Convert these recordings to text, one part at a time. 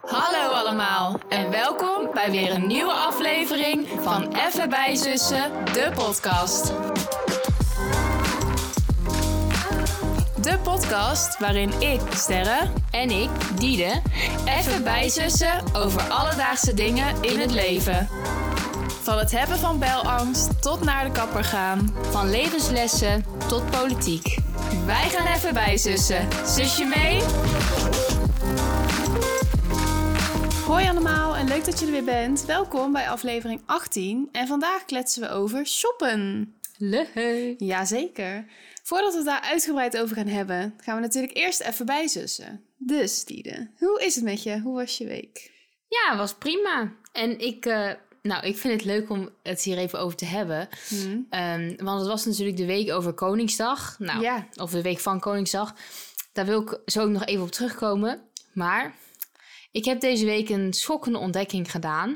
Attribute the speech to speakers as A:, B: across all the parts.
A: Hallo allemaal en welkom bij weer een nieuwe aflevering van Even bij Zussen, de podcast. De podcast waarin ik, Sterre, en ik, Diede, even bijzussen over alledaagse dingen in het leven. Van het hebben van belangst tot naar de kapper gaan. Van levenslessen tot politiek. Wij gaan even bijzussen. Zusje mee?
B: Hoi allemaal en leuk dat je er weer bent. Welkom bij aflevering 18 en vandaag kletsen we over shoppen.
A: Leuk!
B: Jazeker. Voordat we het daar uitgebreid over gaan hebben, gaan we natuurlijk eerst even bijzussen. Dus Diede, hoe is het met je? Hoe was je week?
A: Ja, was prima. En ik, eh, nou, ik vind het leuk om het hier even over te hebben.
B: Hm?
A: Ehm, want het was natuurlijk de week over Koningsdag. Nou,
B: Ja.
A: of de week van Koningsdag. Daar wil ik zo ook nog even op terugkomen. Maar ik heb deze week een schokkende ontdekking gedaan.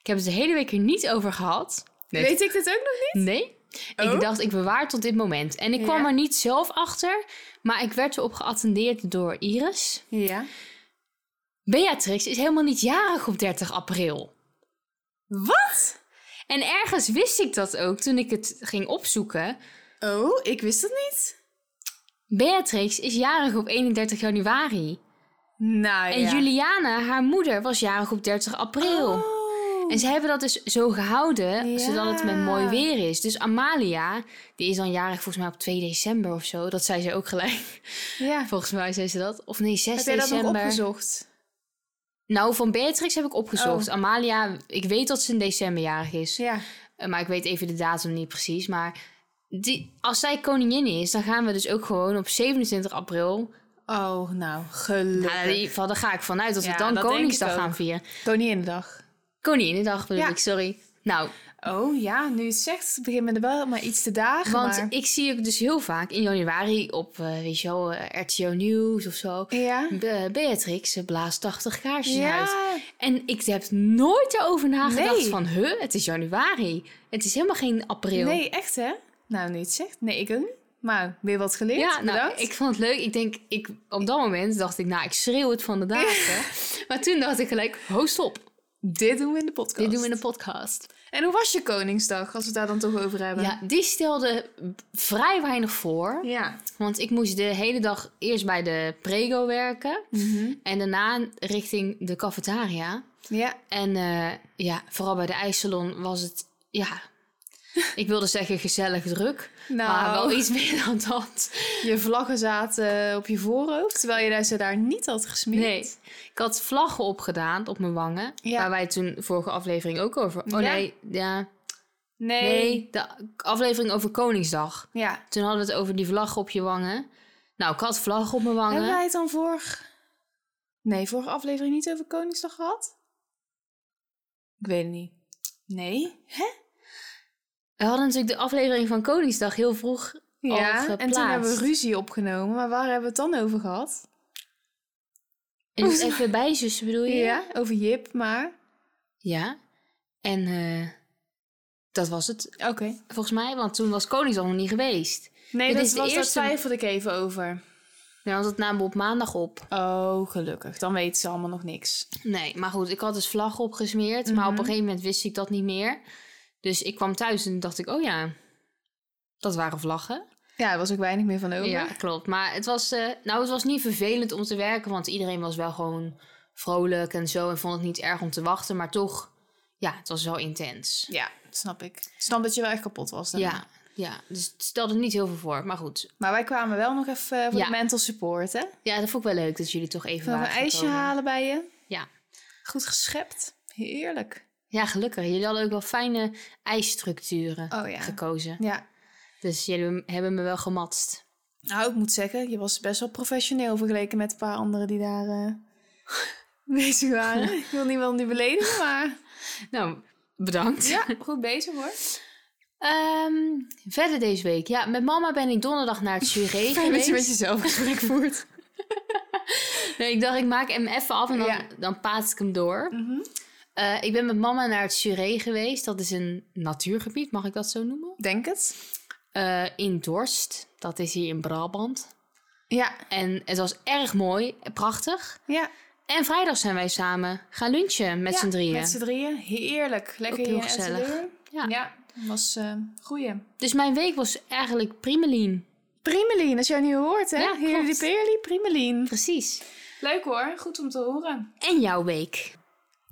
A: Ik heb het de hele week er niet over gehad. Nee.
B: Weet ik dit ook nog niet?
A: Nee. Ik
B: Oh.
A: dacht, ik bewaar tot dit moment. En ik kwam
B: Ja.
A: er niet zelf achter, maar ik werd erop geattendeerd door Iris.
B: Ja.
A: Beatrix is helemaal niet jarig op 30 april.
B: Wat?
A: En ergens wist ik dat ook toen ik het ging opzoeken.
B: Oh, ik wist dat niet.
A: Beatrix is jarig op 31 januari.
B: Nou
A: En Juliana, haar moeder, was jarig op 30 april.
B: Oh.
A: En ze hebben dat dus zo gehouden,
B: Ja.
A: zodat het met mooi weer is. Dus Amalia, die is dan jarig volgens mij op 2 december of zo. Dat zei ze ook gelijk.
B: Ja.
A: Volgens mij zei ze dat. Of nee, 6
B: Heb jij dat
A: december.
B: nog opgezocht?
A: Nou, van Beatrix heb ik opgezocht. Amalia, ik weet dat ze in december jarig is.
B: Oh. Ja.
A: Eh, Maar ik weet even de datum niet precies. Maar die, als zij koningin is, dan gaan we dus ook gewoon op 27 april.
B: Oh, nou,
A: Nou, in
B: gelukkig.
A: ieder geval, daar ga ik vanuit dat we
B: Ja,
A: dan
B: dat denk ik
A: Koningsdag
B: ook.
A: gaan vieren.
B: Koninginnedag.
A: Koninginnedag bedoel
B: Ja.
A: ik, sorry. Nou,
B: Oh ja, nu je het zegt, begint me er wel maar iets te dagen.
A: want
B: maar...
A: ik zie ook dus heel vaak in januari op, eh, weet je wel, eh, RTO Nieuws of zo.
B: Ja.
A: Be- Beatrix eh, blaast 80 kaarsjes uit.
B: Ja.
A: En ik heb nooit erover nagedacht
B: Nee.
A: van, huh, het is januari. Het is helemaal geen april.
B: Nee, echt hè? Nou, nu je het zegt. Nee, ik ook niet. Maar weer wat geleerd.
A: Ja, nou,
B: Bedankt.
A: ik vond het leuk. Ik denk, ik, op dat moment dacht ik, nou, ik schreeuw het van de dagen. maar toen dacht ik gelijk, ho, stop.
B: Dit doen we in de podcast.
A: Dit doen we in de podcast.
B: En hoe was je Koningsdag, als we het daar dan toch over hebben?
A: Ja, die stelde vrij weinig voor.
B: Ja.
A: Want ik moest de hele dag eerst bij de prego werken.
B: Mhm.
A: En daarna richting de cafetaria.
B: ja.
A: En eh, ja, vooral bij de ijssalon was het, ja... Ik wilde zeggen gezellig druk,
B: Nou,
A: maar Ah, wel iets meer dan dat.
B: je vlaggen zaten op je voorhoofd, terwijl je daar- ze daar niet had gesmeerd.
A: Nee, ik had vlaggen opgedaan op mijn wangen.
B: Ja.
A: Waar wij toen vorige aflevering ook over... Oh
B: Ja.
A: nee, ja.
B: Nee.
A: Nee, de aflevering over Koningsdag.
B: Ja.
A: Toen hadden we het over die vlaggen op je wangen. Nou, ik had vlaggen op mijn
B: Hebben
A: wangen.
B: wij het dan voor... Nee, vorige aflevering niet over Koningsdag gehad? Ik weet het niet. Nee?
A: We hadden natuurlijk de aflevering van Koningsdag heel vroeg. al
B: Ja, en toen
A: geplaatst.
B: hebben we ruzie opgenomen. Maar waar hebben we het dan over gehad?
A: En dus even bijzussen bedoel je?
B: Ja, over Jip, maar...
A: Ja. En eh, dat was het
B: Oké.
A: volgens mij, want toen was Koningsdag nog niet geweest.
B: Nee,
A: Dit
B: dat
A: is de
B: was, daar
A: eerste-
B: twijfelde ik even over.
A: Nou, want dat namen we op maandag op.
B: Oh, gelukkig. Dan weten ze allemaal nog niks.
A: Nee, maar goed, ik had dus vlag opgesmeerd. Maar
B: Mhm.
A: op een gegeven moment wist ik dat niet meer. Dus ik kwam thuis en dacht ik, oh ja, dat waren vlaggen.
B: Ja, er was ook weinig meer van over.
A: Ja, klopt. Maar het was, eh, nou, het was niet vervelend om te werken, want iedereen was wel gewoon vrolijk en zo. En vond het niet erg om te wachten, maar toch, ja, het was wel intens.
B: Ja, snap ik. Ik Snap dat je wel echt kapot was. daarna.
A: Ja, ja, dus het stelde niet heel veel voor. Maar goed,
B: Maar wij kwamen wel nog even eh, voor
A: Ja.
B: de mental support, hè?
A: ja, dat vond ik wel leuk dat jullie toch even
B: Even een
A: waren
B: ijsje
A: gekomen.
B: halen bij je.
A: Ja.
B: Goed geschept. Heerlijk.
A: Ja, gelukkig. Jullie hadden ook wel fijne ijsstructuren
B: Oh ja.
A: gekozen.
B: Ja.
A: Dus jullie hebben me wel gematst.
B: Nou, ik moet zeggen, je was best wel professioneel vergeleken met een paar anderen die daar eh, bezig waren. ik wil niemand nu beledigen, maar
A: Nou, bedankt.
B: ja, goed bezig hoor.
A: Ehm, verder deze week. Ja, met mama ben ik donderdag naar het Juré
B: Fijn dat
A: geweest.
B: je met jezelf gesprek voert.
A: Nee, ik dacht, ik maak hem even af en dan,
B: Ja.
A: dan paas ik hem door.
B: Mhm.
A: Eh, ik ben met mama naar het Juré geweest. Dat is een natuurgebied, mag ik dat zo noemen?
B: Denk het.
A: Eh, in Dorst. Dat is hier in Brabant.
B: Ja,
A: En het was erg mooi, prachtig.
B: ja.
A: En vrijdag zijn wij samen gaan lunchen met
B: Ja,
A: z'n drieën.
B: Met z'n drieën. Heerlijk. Lekker
A: Ook heel
B: hier uit de
A: gezellig.
B: deur.
A: Ja.
B: ja. Was eh goeie.
A: Dus mijn week was eigenlijk primelien.
B: Primelien, als jij nu hoort, hè?
A: Ja,
B: Ja, Hier die
A: klopt.
B: Perli, Primelien.
A: Precies.
B: Leuk hoor, goed om te horen.
A: En jouw week?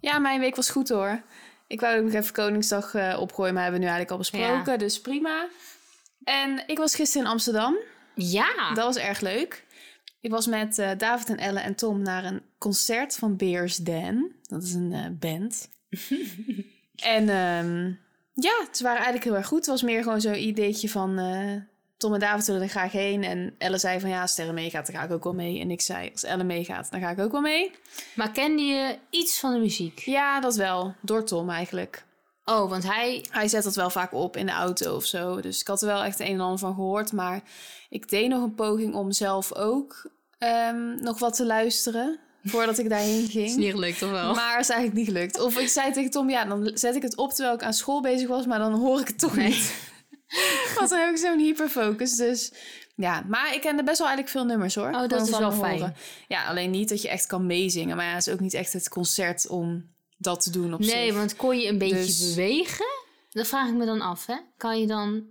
B: Ja, mijn week was goed hoor. Ik wou ook nog even Koningsdag eh, opgooien, maar hebben we nu eigenlijk al besproken, dus prima. En ik was gisteren in Amsterdam.
A: Ja.
B: Dat was erg leuk. Ik was met eh, David en Elle en Tom naar een concert van Beers Dan. Dat is een eh, band. en ehm, ja, ze waren eigenlijk heel erg goed. Het was meer gewoon zo'n ideetje van... eh, Tom en David willen er graag heen. En Elle zei van ja, als Sterren meegaat, dan ga ik ook wel mee. En ik zei, als Elle meegaat, dan ga ik ook wel mee.
A: Maar kende je iets van de muziek?
B: Ja, dat wel. Door Tom eigenlijk.
A: Oh, want hij...
B: Hij zet dat wel vaak op in de auto of zo. Dus ik had er wel echt een en ander van gehoord. Maar ik deed nog een poging om zelf ook ehm, nog wat te luisteren. Voordat ik daarheen
A: Is
B: ging.
A: niet gelukt, toch wel?
B: Maar is eigenlijk niet gelukt. Of ik zei tegen Tom, ja, dan zet ik het op terwijl ik aan school bezig was. Maar dan hoor ik het toch niet. Want dan heb ik zo'n hyperfocus. Dus ja, maar ik kende best wel eigenlijk veel nummers hoor.
A: Oh, dat
B: Gewoon
A: is
B: van
A: wel
B: horen.
A: fijn.
B: Ja, alleen niet dat je echt kan meezingen. Maar ja, het is ook niet echt het concert om dat te doen op zich.
A: nee, want kon je een beetje
B: Dus-
A: bewegen? Dat vraag ik me dan af, hè? Kan je dan...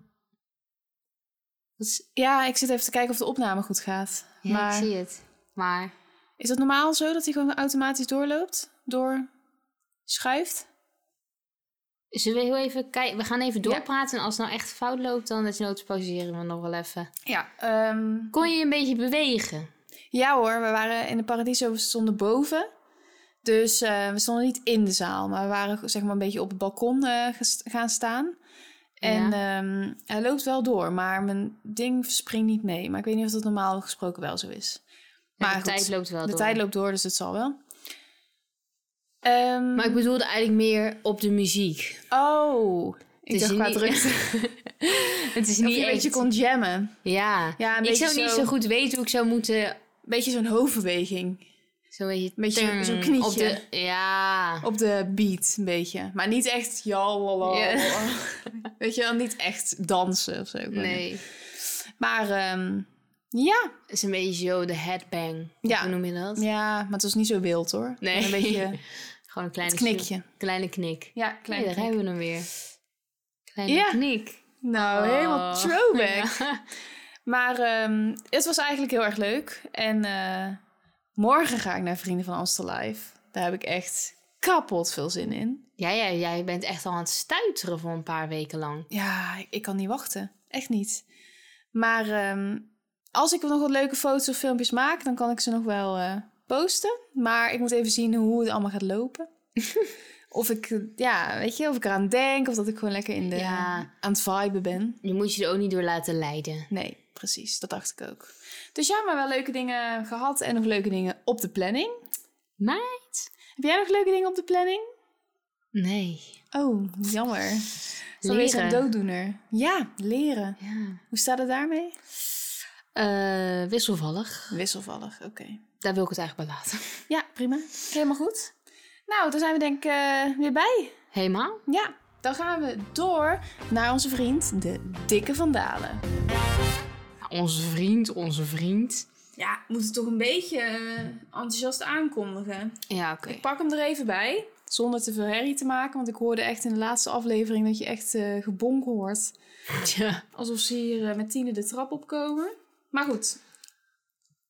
A: Dat is-
B: Ja, ik zit even te kijken of de opname goed gaat.
A: Ja,
B: maar
A: ik zie het. Maar...
B: is dat normaal zo dat hij gewoon automatisch doorloopt? Door schuift?
A: Zullen we heel even kijken? We gaan even doorpraten. En als het nou echt fout loopt, dan dat je nood pauzeren we nog wel even.
B: Ja.
A: Kon je een beetje bewegen?
B: Ehm, ja hoor, we waren in de Paradiso, we stonden boven. Dus eh, we stonden niet in de zaal, maar we waren zeg maar een beetje op het balkon eh, ges- gaan staan. En ehm, hij loopt wel door, maar mijn ding springt niet mee. Maar ik weet niet of dat normaal gesproken wel zo is.
A: Ja,
B: Maar
A: de
B: goed,
A: tijd loopt wel
B: de
A: door.
B: tijd loopt door, dus het zal wel. Ehm,
A: Maar ik bedoelde eigenlijk meer op de muziek.
B: Oh, ik
A: Dus
B: dacht
A: je
B: qua
A: niet-
B: drukte.
A: Het is
B: Dat
A: niet
B: je een beetje
A: echt-
B: kon jammen.
A: Ja.
B: Ja, een
A: ik
B: beetje
A: zou niet
B: zo-
A: zo goed weten hoe ik zou moeten...
B: Een beetje zo'n hoofdbeweging
A: Zo beetje...
B: Beetje
A: turn
B: zo'n knietje.
A: Op de... Ja.
B: op de beat, een beetje. Maar niet echt ja, lala.
A: Ja.
B: Weet je wel, niet echt dansen of zo. Ik weet niet.
A: Oh, Nee.
B: Maar ehm, ja.
A: Het is een beetje zo de headbang.
B: Ja.
A: Hoe noem je dat?
B: ja, maar het was niet zo wild hoor.
A: Nee.
B: Een beetje
A: Gewoon een kleine
B: het knikje.
A: Kleine knik.
B: Ja,
A: Kleine daar hebben we hem weer. Kleine
B: Ja.
A: knik.
B: Nou,
A: Oh.
B: helemaal throwback.
A: Ja.
B: Maar ehm, het was eigenlijk heel erg leuk. En eh, morgen ga ik naar Vrienden van Amstel Live. Daar heb ik echt kapot veel zin in.
A: Ja, ja, jij bent echt al aan het stuiteren voor een paar weken lang.
B: Ja, ik, ik kan niet wachten. Echt niet. Maar ehm, als ik nog wat leuke foto's of filmpjes maak, dan kan ik ze nog wel eh, posten. Maar ik moet even zien hoe het allemaal gaat lopen. of ik, eh, ja, weet je, of ik eraan denk, of dat ik gewoon lekker in de,
A: Ja.
B: aan het viben ben.
A: Je moet je er ook niet door laten leiden.
B: Nee, precies, dat dacht ik ook. Dus ja, maar wel leuke dingen gehad en nog leuke dingen op de planning.
A: Meid?
B: Heb jij nog leuke dingen op de planning?
A: Nee.
B: Oh, jammer. Dan weer
A: Leren.
B: zo'n dooddoener. Ja, leren.
A: Ja.
B: Hoe staat het daarmee?
A: Eh, wisselvallig.
B: Wisselvallig, oké.
A: Daar wil ik het eigenlijk bij laten.
B: Ja, prima. Helemaal goed. Nou, dan zijn we denk ik eh, weer bij.
A: Helemaal?
B: Ja, dan gaan we door naar onze vriend, de Dikke Van Dalen.
A: Nou, onze vriend, onze vriend.
B: Ja, moet het toch een beetje eh, enthousiast aankondigen.
A: Ja, oké.
B: Ik pak hem er even bij, zonder te veel herrie te maken. Want ik hoorde echt in de laatste aflevering dat je echt eh gebonken hoort.
A: Tja.
B: Alsof ze hier eh, met tienen de trap opkomen. Maar goed.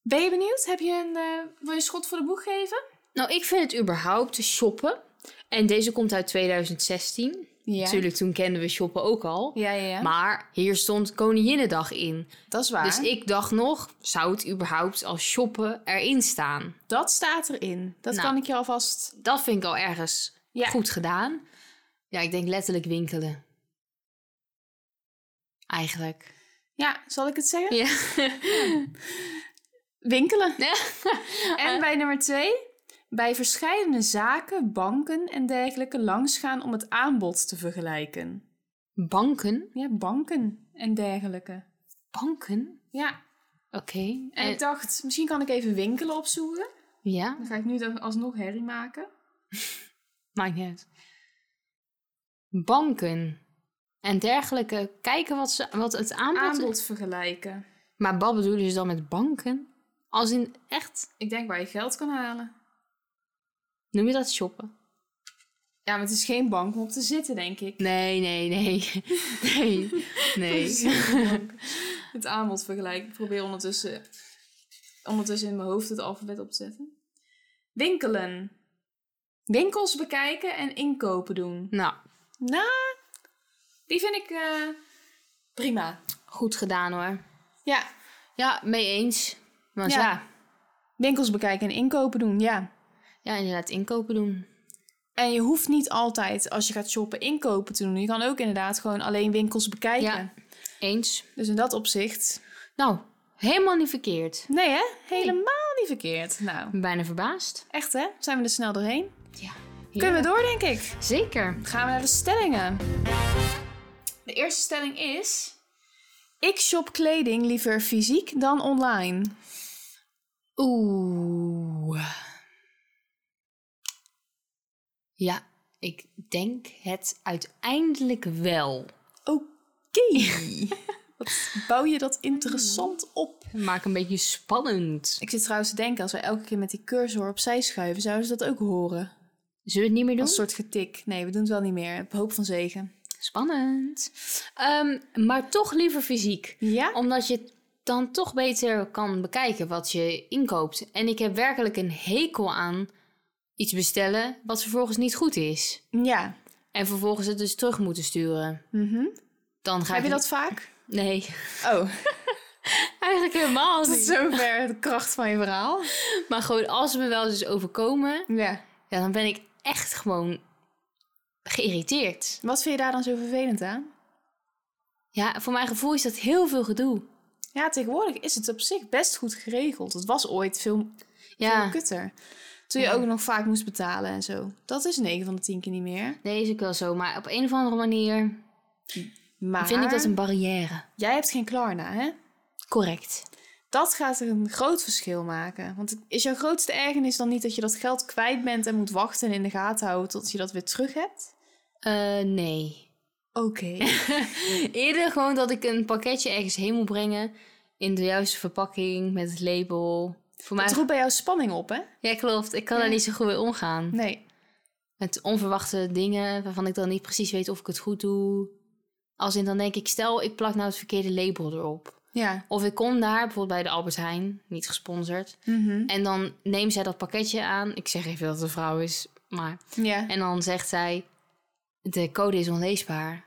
B: Ben je benieuwd? Heb je een, eh, wil je schot voor de boeg geven?
A: Nou, ik vind het überhaupt te shoppen. En deze komt uit 2016.
B: Ja.
A: Natuurlijk, toen kenden we shoppen ook al.
B: Ja, ja, ja.
A: Maar hier stond Koninginnedag in.
B: dat is waar.
A: Dus ik dacht nog, zou het überhaupt als shoppen erin staan?
B: Dat staat erin. Dat
A: Nou.
B: kan ik je alvast.
A: Dat vind ik al ergens
B: Ja.
A: goed gedaan. Ja, ik denk letterlijk winkelen. Eigenlijk.
B: Ja, zal ik het zeggen?
A: Ja.
B: Winkelen.
A: Ja.
B: en bij nummer twee. Bij verschillende zaken, banken en dergelijke langsgaan om het aanbod te vergelijken.
A: Banken?
B: Ja, banken en dergelijke.
A: Banken?
B: Ja,
A: Oké.
B: en
A: En-
B: ik dacht, misschien kan ik even winkelen opzoeken.
A: Ja,
B: Dan ga ik nu dan alsnog herrie maken.
A: maakt niet uit. Banken en dergelijke. Kijken wat, ze, wat het aanbod...
B: Aanbod vergelijken.
A: Maar wat bedoel je dan met banken? Als in echt,
B: Ik denk waar je geld kan halen.
A: noem je dat shoppen?
B: Ja, maar het is geen bank om op te zitten, denk ik.
A: Nee, nee, nee. Nee, nee.
B: Dus Het aanbod vergelijken. Ik probeer ondertussen, ondertussen in mijn hoofd het alfabet op te zetten. Winkelen. Winkels bekijken en inkopen doen.
A: Nou,
B: Nou, die vind ik eh, prima.
A: goed gedaan hoor.
B: Ja,
A: Ja, mee eens. Want
B: Ja.
A: ja,
B: winkels bekijken en inkopen doen, ja.
A: ja inderdaad, inkopen doen.
B: En je hoeft niet altijd, als je gaat shoppen, inkopen te doen. Je kan ook inderdaad gewoon alleen winkels bekijken.
A: Ja. Eens.
B: Dus in dat opzicht...
A: Nou, helemaal niet verkeerd.
B: Nee hè? Helemaal niet verkeerd. Nou,
A: Bijna verbaasd.
B: echt hè? Zijn we er snel doorheen?
A: Ja.
B: Kunnen we door, denk ik.
A: Zeker.
B: Gaan we naar de stellingen. De eerste stelling is... Ik shop kleding liever fysiek dan online.
A: Oeh. Ja, ik denk het uiteindelijk wel.
B: Oké. Wat bouw je dat interessant op?
A: Maak een beetje spannend.
B: Ik zit trouwens te denken, als wij elke keer met die cursor opzij schuiven, zouden ze dat ook horen.
A: Zullen we het niet meer doen?
B: Als een soort getik. Nee, we doen het wel niet meer. Op hoop van zegen.
A: Spannend. Ehm, maar toch liever fysiek.
B: Ja?
A: Omdat je het dan toch beter kan bekijken wat je inkoopt. En ik heb werkelijk een hekel aan iets bestellen wat vervolgens niet goed is.
B: Ja.
A: En vervolgens het dus terug moeten sturen.
B: Mhm.
A: Dan ga
B: Heb je
A: ik-
B: dat vaak?
A: Nee,
B: Oh,
A: eigenlijk helemaal
B: tot
A: niet.
B: zover de kracht van je verhaal.
A: Maar gewoon als we wel eens overkomen,
B: Ja.
A: ja, dan ben ik echt gewoon geïrriteerd.
B: Wat vind je daar dan zo vervelend aan?
A: Ja, voor mijn gevoel is dat heel veel gedoe.
B: Ja, tegenwoordig is het op zich best goed geregeld. Het was ooit veel, veel
A: Ja,
B: kutter. Toen je
A: Ja.
B: ook nog vaak moest betalen en zo. Dat is 9 van de 10 keer niet meer.
A: nee, is ook wel zo. Maar op een of andere manier
B: Maar
A: vind ik dat een barrière.
B: jij hebt geen Klarna, hè?
A: Correct.
B: Dat gaat een groot verschil maken. Want is jouw grootste ergernis dan niet dat je dat geld kwijt bent en moet wachten en in de gaten houden tot je dat weer terug hebt?
A: Eh, nee.
B: Oké.
A: Eerder gewoon dat ik een pakketje ergens heen moet brengen. In de juiste verpakking, met het label. Voor mij...
B: Het roept bij jou spanning op, hè?
A: Ja, klopt. Ik kan
B: Ja.
A: daar niet zo goed mee omgaan.
B: Nee.
A: Met onverwachte dingen waarvan ik dan niet precies weet of ik het goed doe. Als in dan denk ik, stel ik plak nou het verkeerde label erop.
B: Ja.
A: Of ik kom daar, bijvoorbeeld bij de Albert Heijn, niet gesponsord.
B: Mhm.
A: En dan neemt zij dat pakketje aan. Ik zeg even dat het een vrouw is, maar...
B: Ja. En
A: En dan zegt zij, de code is onleesbaar.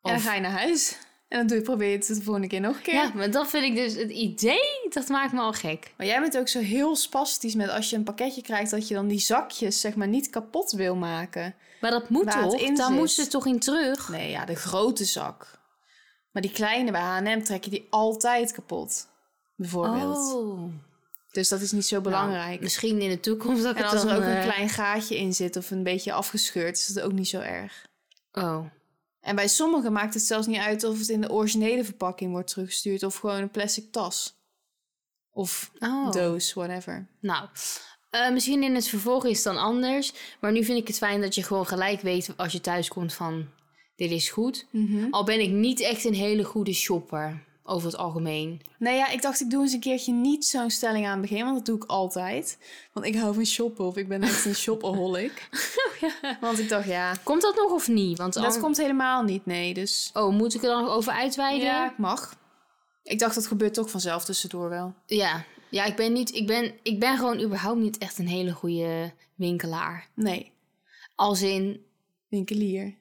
B: dan
A: Of-
B: ga je naar huis. En dan doe je, probeer je het de volgende keer nog een keer.
A: Ja, maar dat vind ik dus het idee, dat maakt me al gek.
B: Maar jij bent ook zo heel spastisch met als je een pakketje krijgt, dat je dan die zakjes zeg maar niet kapot wil maken.
A: Maar dat moet
B: Waar het
A: toch?
B: in
A: Daar
B: zit.
A: moet ze toch in terug?
B: Nee, ja, de grote zak. Maar die kleine bij H&M trek je die altijd kapot. Bijvoorbeeld.
A: Oh.
B: Dus dat is niet zo belangrijk.
A: Nou, misschien in de toekomst dat ik
B: En
A: het
B: als
A: dan,
B: er ook
A: eh,
B: een klein gaatje in zit of een beetje afgescheurd, is dat ook niet zo erg.
A: Oh,
B: En bij sommigen maakt het zelfs niet uit of het in de originele verpakking wordt teruggestuurd of gewoon een plastic tas. Of
A: oh.
B: doos, whatever.
A: Nou, eh, misschien in het vervolg is het dan anders. Maar nu vind ik het fijn dat je gewoon gelijk weet als je thuis komt van... Dit is goed. Al ben ik niet echt een hele goede shopper, over het algemeen.
B: Nee, Nou ja, ik dacht ik doe eens een keertje niet zo'n stelling aan het begin, want dat doe ik altijd. Want ik hou van shoppen of ik ben echt een shopaholic.
A: Oh,
B: Want ik dacht, ja,
A: Komt dat nog of niet? Want
B: dat
A: an-
B: komt helemaal niet, nee. Dus
A: Oh, moet ik er dan nog over uitweiden?
B: ja, ik mag. Ik dacht, dat gebeurt toch vanzelf tussendoor wel.
A: Ja, ja ik, ben niet, ik, ben, ik ben gewoon überhaupt niet echt een hele goede winkelaar.
B: Nee,
A: Als in,
B: winkelier.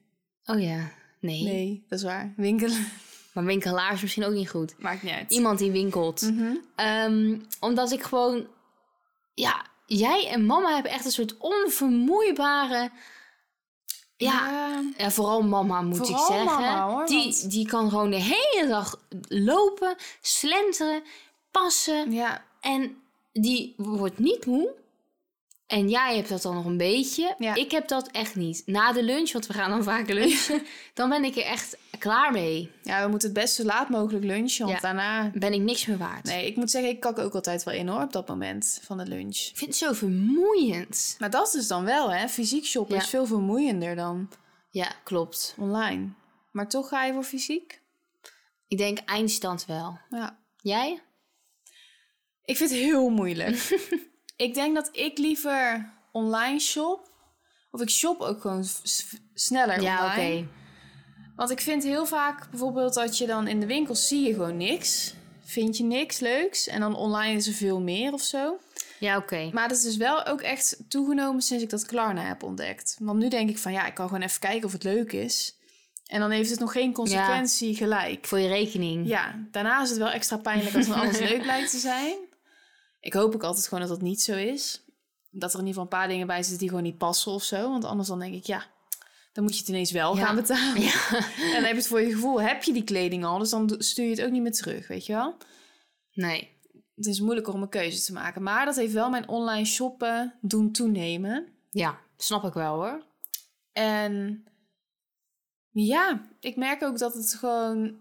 A: oh ja, nee.
B: Nee, dat is waar. Winkelen.
A: Maar winkelaar is misschien ook niet goed.
B: Maakt niet uit. Mhm.
A: Iemand die winkelt.
B: Mm.
A: Ehm, omdat ik gewoon, ja, jij en mama hebben echt een soort onvermoeibare. Ja, ja vooral mama moet
B: Vooral
A: ik zeggen.
B: mama, hoor,
A: die,
B: want-
A: die kan gewoon de hele dag lopen, slenteren, passen.
B: Ja,
A: En die wordt niet moe. En jij hebt dat dan nog een beetje.
B: Ja.
A: Ik heb dat echt niet. Na de lunch, want we gaan dan vaak lunchen, dan ben ik er echt klaar mee.
B: ja, we moeten het best zo laat mogelijk lunchen, want
A: Ja.
B: daarna...
A: Ben ik niks meer waard.
B: Nee, ik moet zeggen, ik kak ook altijd wel in hoor, op dat moment van de lunch.
A: Ik vind het zo vermoeiend.
B: Maar dat is dus dan wel, hè. Fysiek shoppen
A: Ja.
B: is veel vermoeiender dan
A: Ja, klopt.
B: online. Maar toch ga je voor fysiek?
A: Ik denk eindstand wel.
B: Ja.
A: Jij?
B: Ik vind het heel moeilijk. ik denk dat ik liever online shop. Of ik shop ook gewoon s- s- sneller
A: Ja, oké.
B: online. Want ik vind heel vaak bijvoorbeeld dat je dan in de winkel zie je gewoon niks. Vind je niks leuks. En dan online is er veel meer of zo.
A: Ja, oké.
B: Maar dat is dus wel ook echt toegenomen sinds ik dat Klarna heb ontdekt. Want nu denk ik van ja, ik kan gewoon even kijken of het leuk is. En dan heeft het nog geen consequentie gelijk.
A: Voor je rekening.
B: Ja, daarna is het wel extra pijnlijk als dan alles leuk blijkt te zijn. Ik hoop ook altijd gewoon dat dat niet zo is. Dat er in ieder geval een paar dingen bij zitten die gewoon niet passen of zo. Want anders dan denk ik, ja, dan moet je het ineens wel
A: Ja.
B: gaan betalen.
A: Ja.
B: En dan heb je het voor je gevoel, heb je die kleding al, dus dan do- stuur je het ook niet meer terug, weet je wel?
A: Nee.
B: Het is moeilijker om een keuze te maken. Maar dat heeft wel mijn online shoppen doen toenemen.
A: Ja, snap ik wel hoor.
B: En ja, ik merk ook dat het gewoon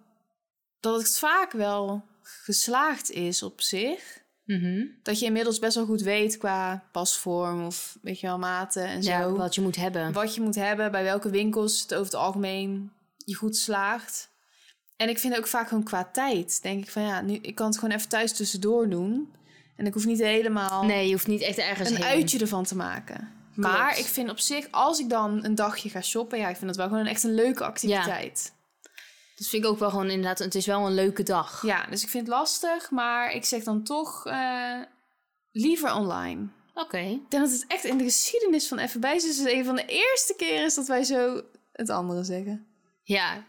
B: dat het vaak wel geslaagd is op zich.
A: Mhm.
B: Dat je inmiddels best wel goed weet qua pasvorm of weet je wel maten en zo.
A: Ja,
B: wat...
A: wat je moet hebben.
B: je moet hebben, bij welke winkels het over het algemeen je goed slaagt. En ik vind ook vaak gewoon qua tijd. Denk ik van ja, nu ik kan het gewoon even thuis tussendoor doen. En ik hoef niet helemaal
A: Nee, je hoeft niet echt ergens
B: een
A: heen.
B: uitje ervan te maken. Maar ik vind op zich, als ik dan een dagje ga shoppen, ja, ik vind dat wel gewoon echt een leuke activiteit.
A: Dat vind ik ook wel gewoon inderdaad, het is wel een leuke dag.
B: Ja, dus ik vind het lastig, maar ik zeg dan toch eh, liever online.
A: Oké.
B: Ik denk dat het echt in de geschiedenis van Even Bijzus Dus een van de eerste keren is dat wij zo het andere zeggen.
A: Ja,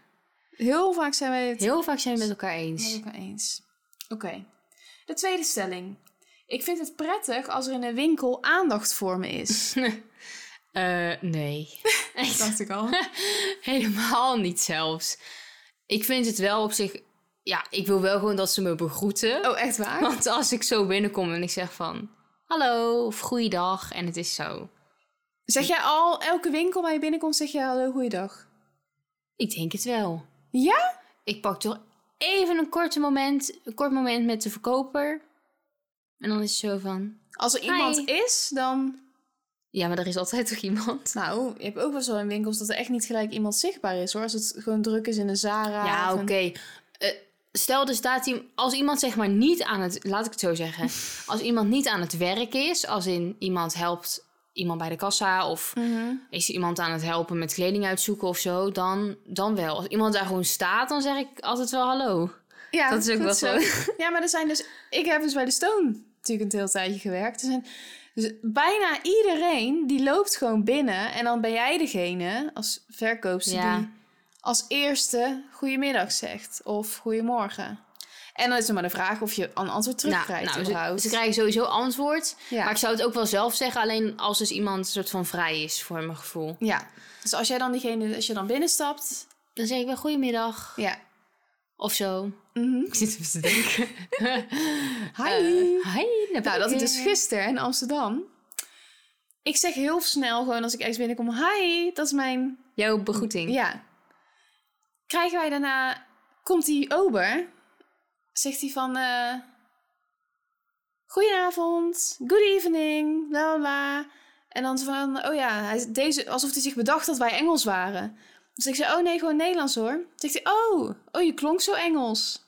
B: Heel vaak zijn wij het
A: heel vaak zijn we het met elkaar eens.
B: met elkaar eens. Oké, de tweede stelling. Ik vind het prettig als er in een winkel aandacht voor me is.
A: Eh, nee.
B: Dat dacht ik al.
A: Helemaal niet zelfs. Ik vind het wel op zich... Ja, ik wil wel gewoon dat ze me begroeten.
B: Oh, echt waar?
A: Want als ik zo binnenkom en ik zeg van... Hallo, of goeiedag, en het is zo.
B: Zeg jij al elke winkel waar je binnenkomt, zeg jij hallo, goeiedag?
A: Ik denk het wel.
B: Ja?
A: Ik pak toch even een, korte moment, een kort moment met de verkoper. En dan is het zo van...
B: Als er iemand
A: Hi.
B: is, dan...
A: Ja, maar er is altijd toch iemand?
B: Nou, je hebt ook wel zo in winkels dat er echt niet gelijk iemand zichtbaar is, hoor. Als het gewoon druk is in een Zara.
A: Ja,
B: of
A: oké.
B: een-
A: Eh, stel, er staat ie- als iemand zeg maar niet aan het, laat ik het zo zeggen, als iemand niet aan het werk is, als in iemand helpt iemand bij de kassa of
B: Mhm.
A: is iemand aan het helpen met kleding uitzoeken of zo, dan, dan wel. Als iemand daar gewoon staat, dan zeg ik altijd wel hallo. Nou,
B: Ja,
A: dat is ook
B: goed
A: wel
B: zo. Ja, maar er zijn dus... Ik heb dus bij de Stone natuurlijk een heel tijdje gewerkt. Er zijn... Dus bijna iedereen, die loopt gewoon binnen. En dan ben jij degene, als verkoopster,
A: Ja.
B: die als eerste goedemiddag zegt. Of goedemorgen. En dan is er maar de vraag of je een antwoord terugkrijgt
A: nou, nou,
B: überhaupt.
A: ze, ze krijgen sowieso antwoord.
B: Ja.
A: Maar ik zou het ook wel zelf zeggen, alleen als dus iemand een soort van vrij is voor mijn gevoel.
B: Ja. Dus als jij dan diegene, als je dan binnenstapt,
A: Dan zeg ik wel goedemiddag
B: ja.
A: of zo.
B: Mhm.
A: Ik zit even te denken. Eh,
B: Hi.
A: Hi. daar ben
B: nou, dat
A: ik eh,
B: is dus
A: weer.
B: gisteren in Amsterdam. Ik zeg heel snel gewoon als ik ergens binnenkom, hi, dat is mijn,
A: Jouw begroeting.
B: ja. Krijgen wij daarna, komt die ober, zegt hij van, eh, goedenavond, good evening, bla bla bla. En dan zo van, oh ja, hij, deze, alsof hij zich bedacht dat wij Engels waren. Dus ik zei, oh nee, gewoon Nederlands hoor. Zegt hij, oh, oh je klonk zo Engels.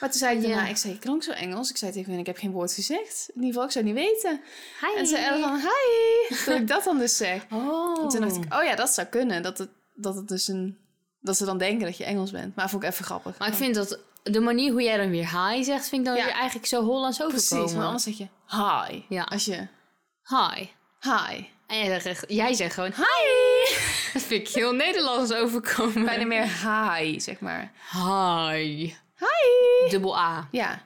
B: Maar toen zei ik
A: Ja.
B: daarna, ik zei, ik klonk zo Engels. Ik zei tegen hem, ik heb geen woord gezegd. In ieder geval, ik zou het niet weten.
A: Hi.
B: En ze zei van, hi. Dat ik dat dan dus zeg.
A: Oh.
B: En toen dacht ik, oh ja, dat zou kunnen. Dat het, dat het dus een, dat ze dan denken dat je Engels bent. Maar vond ik even grappig.
A: Maar ik vind dat de manier hoe jij dan weer hi zegt, vind ik dan
B: Ja.
A: weer eigenlijk zo Hollands overkomen.
B: Precies, maar anders zeg je hi.
A: Ja.
B: Als je
A: Hi.
B: hi.
A: En jij zegt, jij zegt gewoon hi.
B: Hi.
A: Dat vind ik heel Nederlands overkomen.
B: Bijna meer hi, zeg maar.
A: Hi.
B: Hi.
A: Dubbel A.
B: Ja.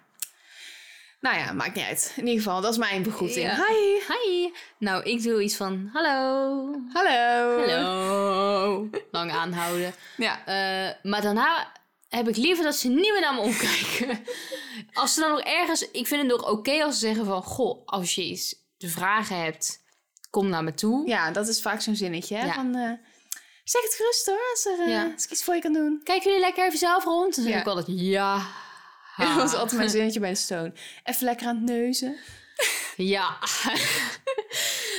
B: Nou ja, maakt niet uit. In ieder geval, dat is mijn begroeting.
A: Ja.
B: Hi.
A: Hi. Nou, ik doe iets van hallo.
B: Hallo.
A: Hallo. Lang aanhouden.
B: Ja.
A: Eh, maar daarna heb ik liever dat ze niet meer naar me omkijken. als ze dan nog ergens... Ik vind het nog oké als ze zeggen van... Goh, als je iets te vragen hebt, kom naar me toe.
B: ja, dat is vaak zo'n zinnetje. Hè?
A: Ja.
B: Van, eh, zeg het gerust hoor, als, er, eh,
A: Ja.
B: als ik iets voor je kan doen.
A: Kijken jullie lekker even zelf rond? Dan zeg
B: Ja.
A: ik altijd ja.
B: Dat was altijd mijn zinnetje bij de Stone. Even lekker aan het neuzen.
A: Ja.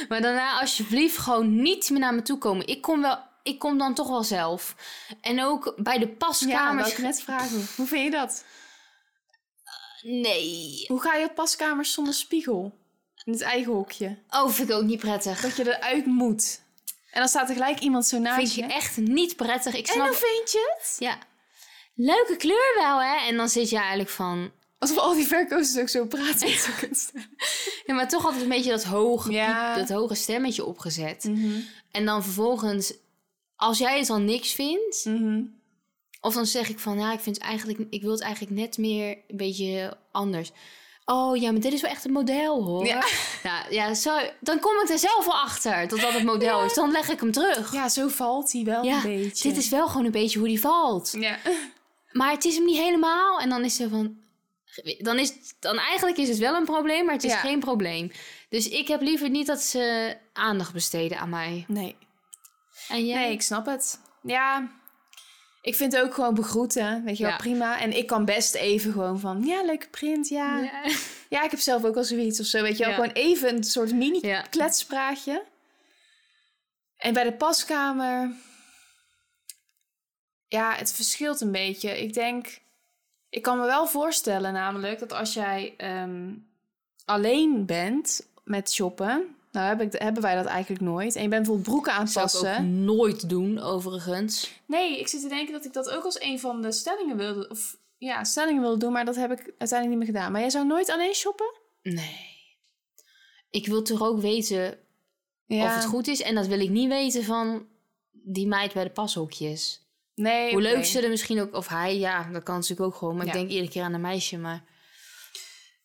A: maar daarna alsjeblieft gewoon niet meer naar me toe komen. Ik kom wel... Ik kom dan toch wel zelf. En ook bij de
B: Ja, wou
A: paskamers.
B: ik net vragen. Hoe vind je dat?
A: Nee.
B: Hoe ga je op paskamers zonder spiegel? In het eigen hokje.
A: Oh, vind ik ook niet prettig.
B: Dat je eruit moet. En dan staat er gelijk iemand zo naast
A: Vind je echt niet prettig. Ik
B: En
A: snap...
B: hoe vind je het?
A: Ja. Leuke kleur wel, hè? En dan zit je eigenlijk van...
B: Alsof al die verkozers ook zo praten. met zo'n kunst.
A: Ja, maar toch altijd een beetje dat hoge,
B: Ja.
A: piep, dat hoge stemmetje opgezet. En dan vervolgens... Als jij het dan niks vindt...
B: Mhm.
A: Of dan zeg ik van... Ja, ik, vind het eigenlijk, ik wil het eigenlijk net meer een beetje anders. Oh ja, maar dit is wel echt een model, hoor.
B: Ja.
A: Ja, ja zo, dan kom ik er zelf wel achter dat dat het model is. Dan leg ik hem terug.
B: Ja, zo valt hij wel
A: Ja,
B: een beetje.
A: Dit is wel gewoon een beetje hoe die valt.
B: Ja.
A: Maar het is hem niet helemaal. En dan is ze van. Dan is het- dan eigenlijk is het wel een probleem, maar het is
B: Ja.
A: geen probleem. Dus ik heb liever niet dat ze aandacht besteden aan mij.
B: Nee.
A: En jij?
B: Nee, ik snap het. Ja, ik vind ook gewoon begroeten, weet je wel,
A: Ja.
B: prima. En ik kan best even gewoon van, ja, leuke print, ja. Ja,
A: Ja.
B: ik heb zelf ook al zoiets of zo, weet je wel.
A: Ja.
B: Gewoon even een soort
A: Ja.
B: mini-kletspraatje. En bij de paskamer... Ja, het verschilt een beetje. Ik denk... Ik kan me wel voorstellen namelijk dat als jij ehm, alleen bent met shoppen... Nou heb ik, hebben wij dat eigenlijk nooit. En je bent bijvoorbeeld broeken aan het
A: Zou ik
B: passen.
A: ook nooit doen, overigens.
B: Nee, ik zit te denken dat ik dat ook als een van de stellingen wilde. Of ja, stellingen wilde doen, maar dat heb ik uiteindelijk niet meer gedaan. Maar jij zou nooit alleen shoppen?
A: Nee. Ik wil toch ook weten
B: Ja.
A: of het goed is. En dat wil ik niet weten van die meid bij de pashokjes.
B: Nee.
A: Hoe
B: oké.
A: leuk ze er misschien ook... Of hij, ja, dat kan natuurlijk ook gewoon. Maar
B: Ja.
A: ik denk iedere keer aan een meisje, maar...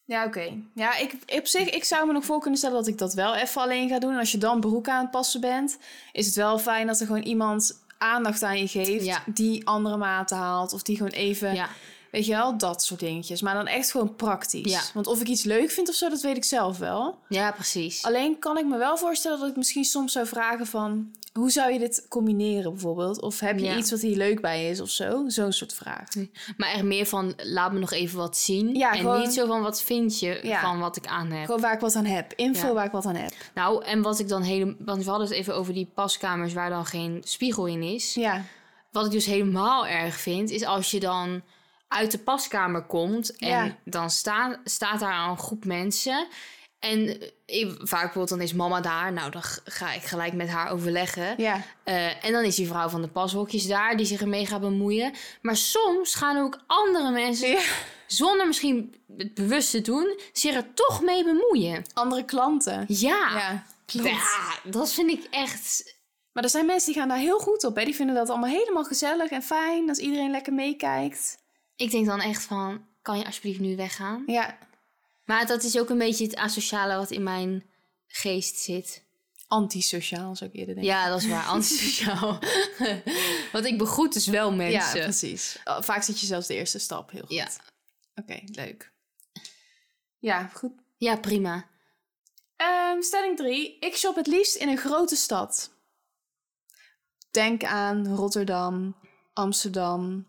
B: Ja, oké. Ja, ik, op zich, ik zou me nog voor kunnen stellen dat ik dat wel even alleen ga doen. En als je dan broek aan het passen bent, is het wel fijn dat er gewoon iemand aandacht aan je geeft
A: Ja.
B: die andere maten haalt. Of die gewoon even,
A: Ja.
B: weet je wel, dat soort dingetjes. Maar dan echt gewoon praktisch.
A: Ja.
B: Want of ik iets leuk vind of zo, dat weet ik zelf wel.
A: ja, precies.
B: Alleen kan ik me wel voorstellen dat ik misschien soms zou vragen van... hoe zou je dit combineren bijvoorbeeld? Of heb je
A: Ja.
B: iets wat hier leuk bij is of zo? Zo'n soort vraag.
A: Maar echt meer van, laat me nog even wat zien.
B: Ja,
A: en
B: gewoon-
A: niet zo van, wat vind je
B: Ja.
A: van wat ik aan heb?
B: Gewoon waar ik wat aan heb. Info
A: Ja.
B: waar ik wat aan heb.
A: Nou, en wat ik dan helemaal... Want we hadden het even over die paskamers waar dan geen spiegel in is.
B: Ja.
A: Wat ik dus helemaal erg vind, is als je dan uit de paskamer komt... en
B: Ja.
A: dan sta, staat daar een groep mensen... En eh, ik, vaak bijvoorbeeld dan is mama daar. Nou, dan g- ga ik gelijk met haar overleggen.
B: Ja.
A: Eh, en dan is die vrouw van de pashokjes daar die zich ermee gaat bemoeien. Maar soms gaan ook andere mensen
B: Ja.
A: zonder misschien het bewust te doen, zich er toch mee bemoeien.
B: Andere klanten.
A: Ja,
B: Ja, klopt.
A: Ja, dat vind ik echt.
B: Maar er zijn mensen die gaan daar heel goed op. Hè? Die vinden dat allemaal helemaal gezellig en fijn. Als iedereen lekker meekijkt.
A: Ik denk dan echt van: kan je alsjeblieft nu weggaan?
B: Ja.
A: Maar dat is ook een beetje het asociale wat in mijn geest zit.
B: Antisociaal zou ik eerder denken.
A: Ja, dat is waar. Antisociaal. Want ik begroet dus wel mensen.
B: ja precies. Oh, Vaak zit je zelfs de eerste stap heel goed.
A: Ja.
B: Oké, leuk. Ja, goed.
A: Ja, prima.
B: Ehm, stelling 3. Ik shop het liefst in een grote stad. Denk aan Rotterdam, Amsterdam.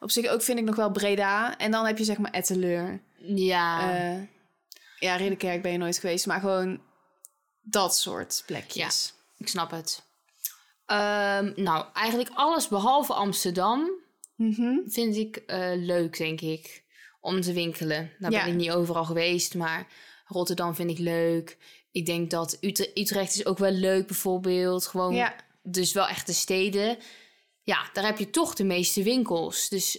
B: Op zich ook vind ik nog wel Breda. En dan heb je zeg maar Etteleur.
A: Ja.
B: Eh, ja, Ridderkerk ben je nooit geweest. Maar gewoon dat soort plekjes.
A: Ik snap het. Ehm, nou, eigenlijk alles behalve Amsterdam
B: Mhm.
A: vind ik eh, leuk, denk ik. Om te winkelen. Daar
B: Ja.
A: ben ik niet overal geweest, maar Rotterdam vind ik leuk. Ik denk dat Utre- Utrecht is ook wel leuk, bijvoorbeeld. Gewoon,
B: Ja.
A: dus wel echte steden. Ja, daar heb je toch de meeste winkels. Dus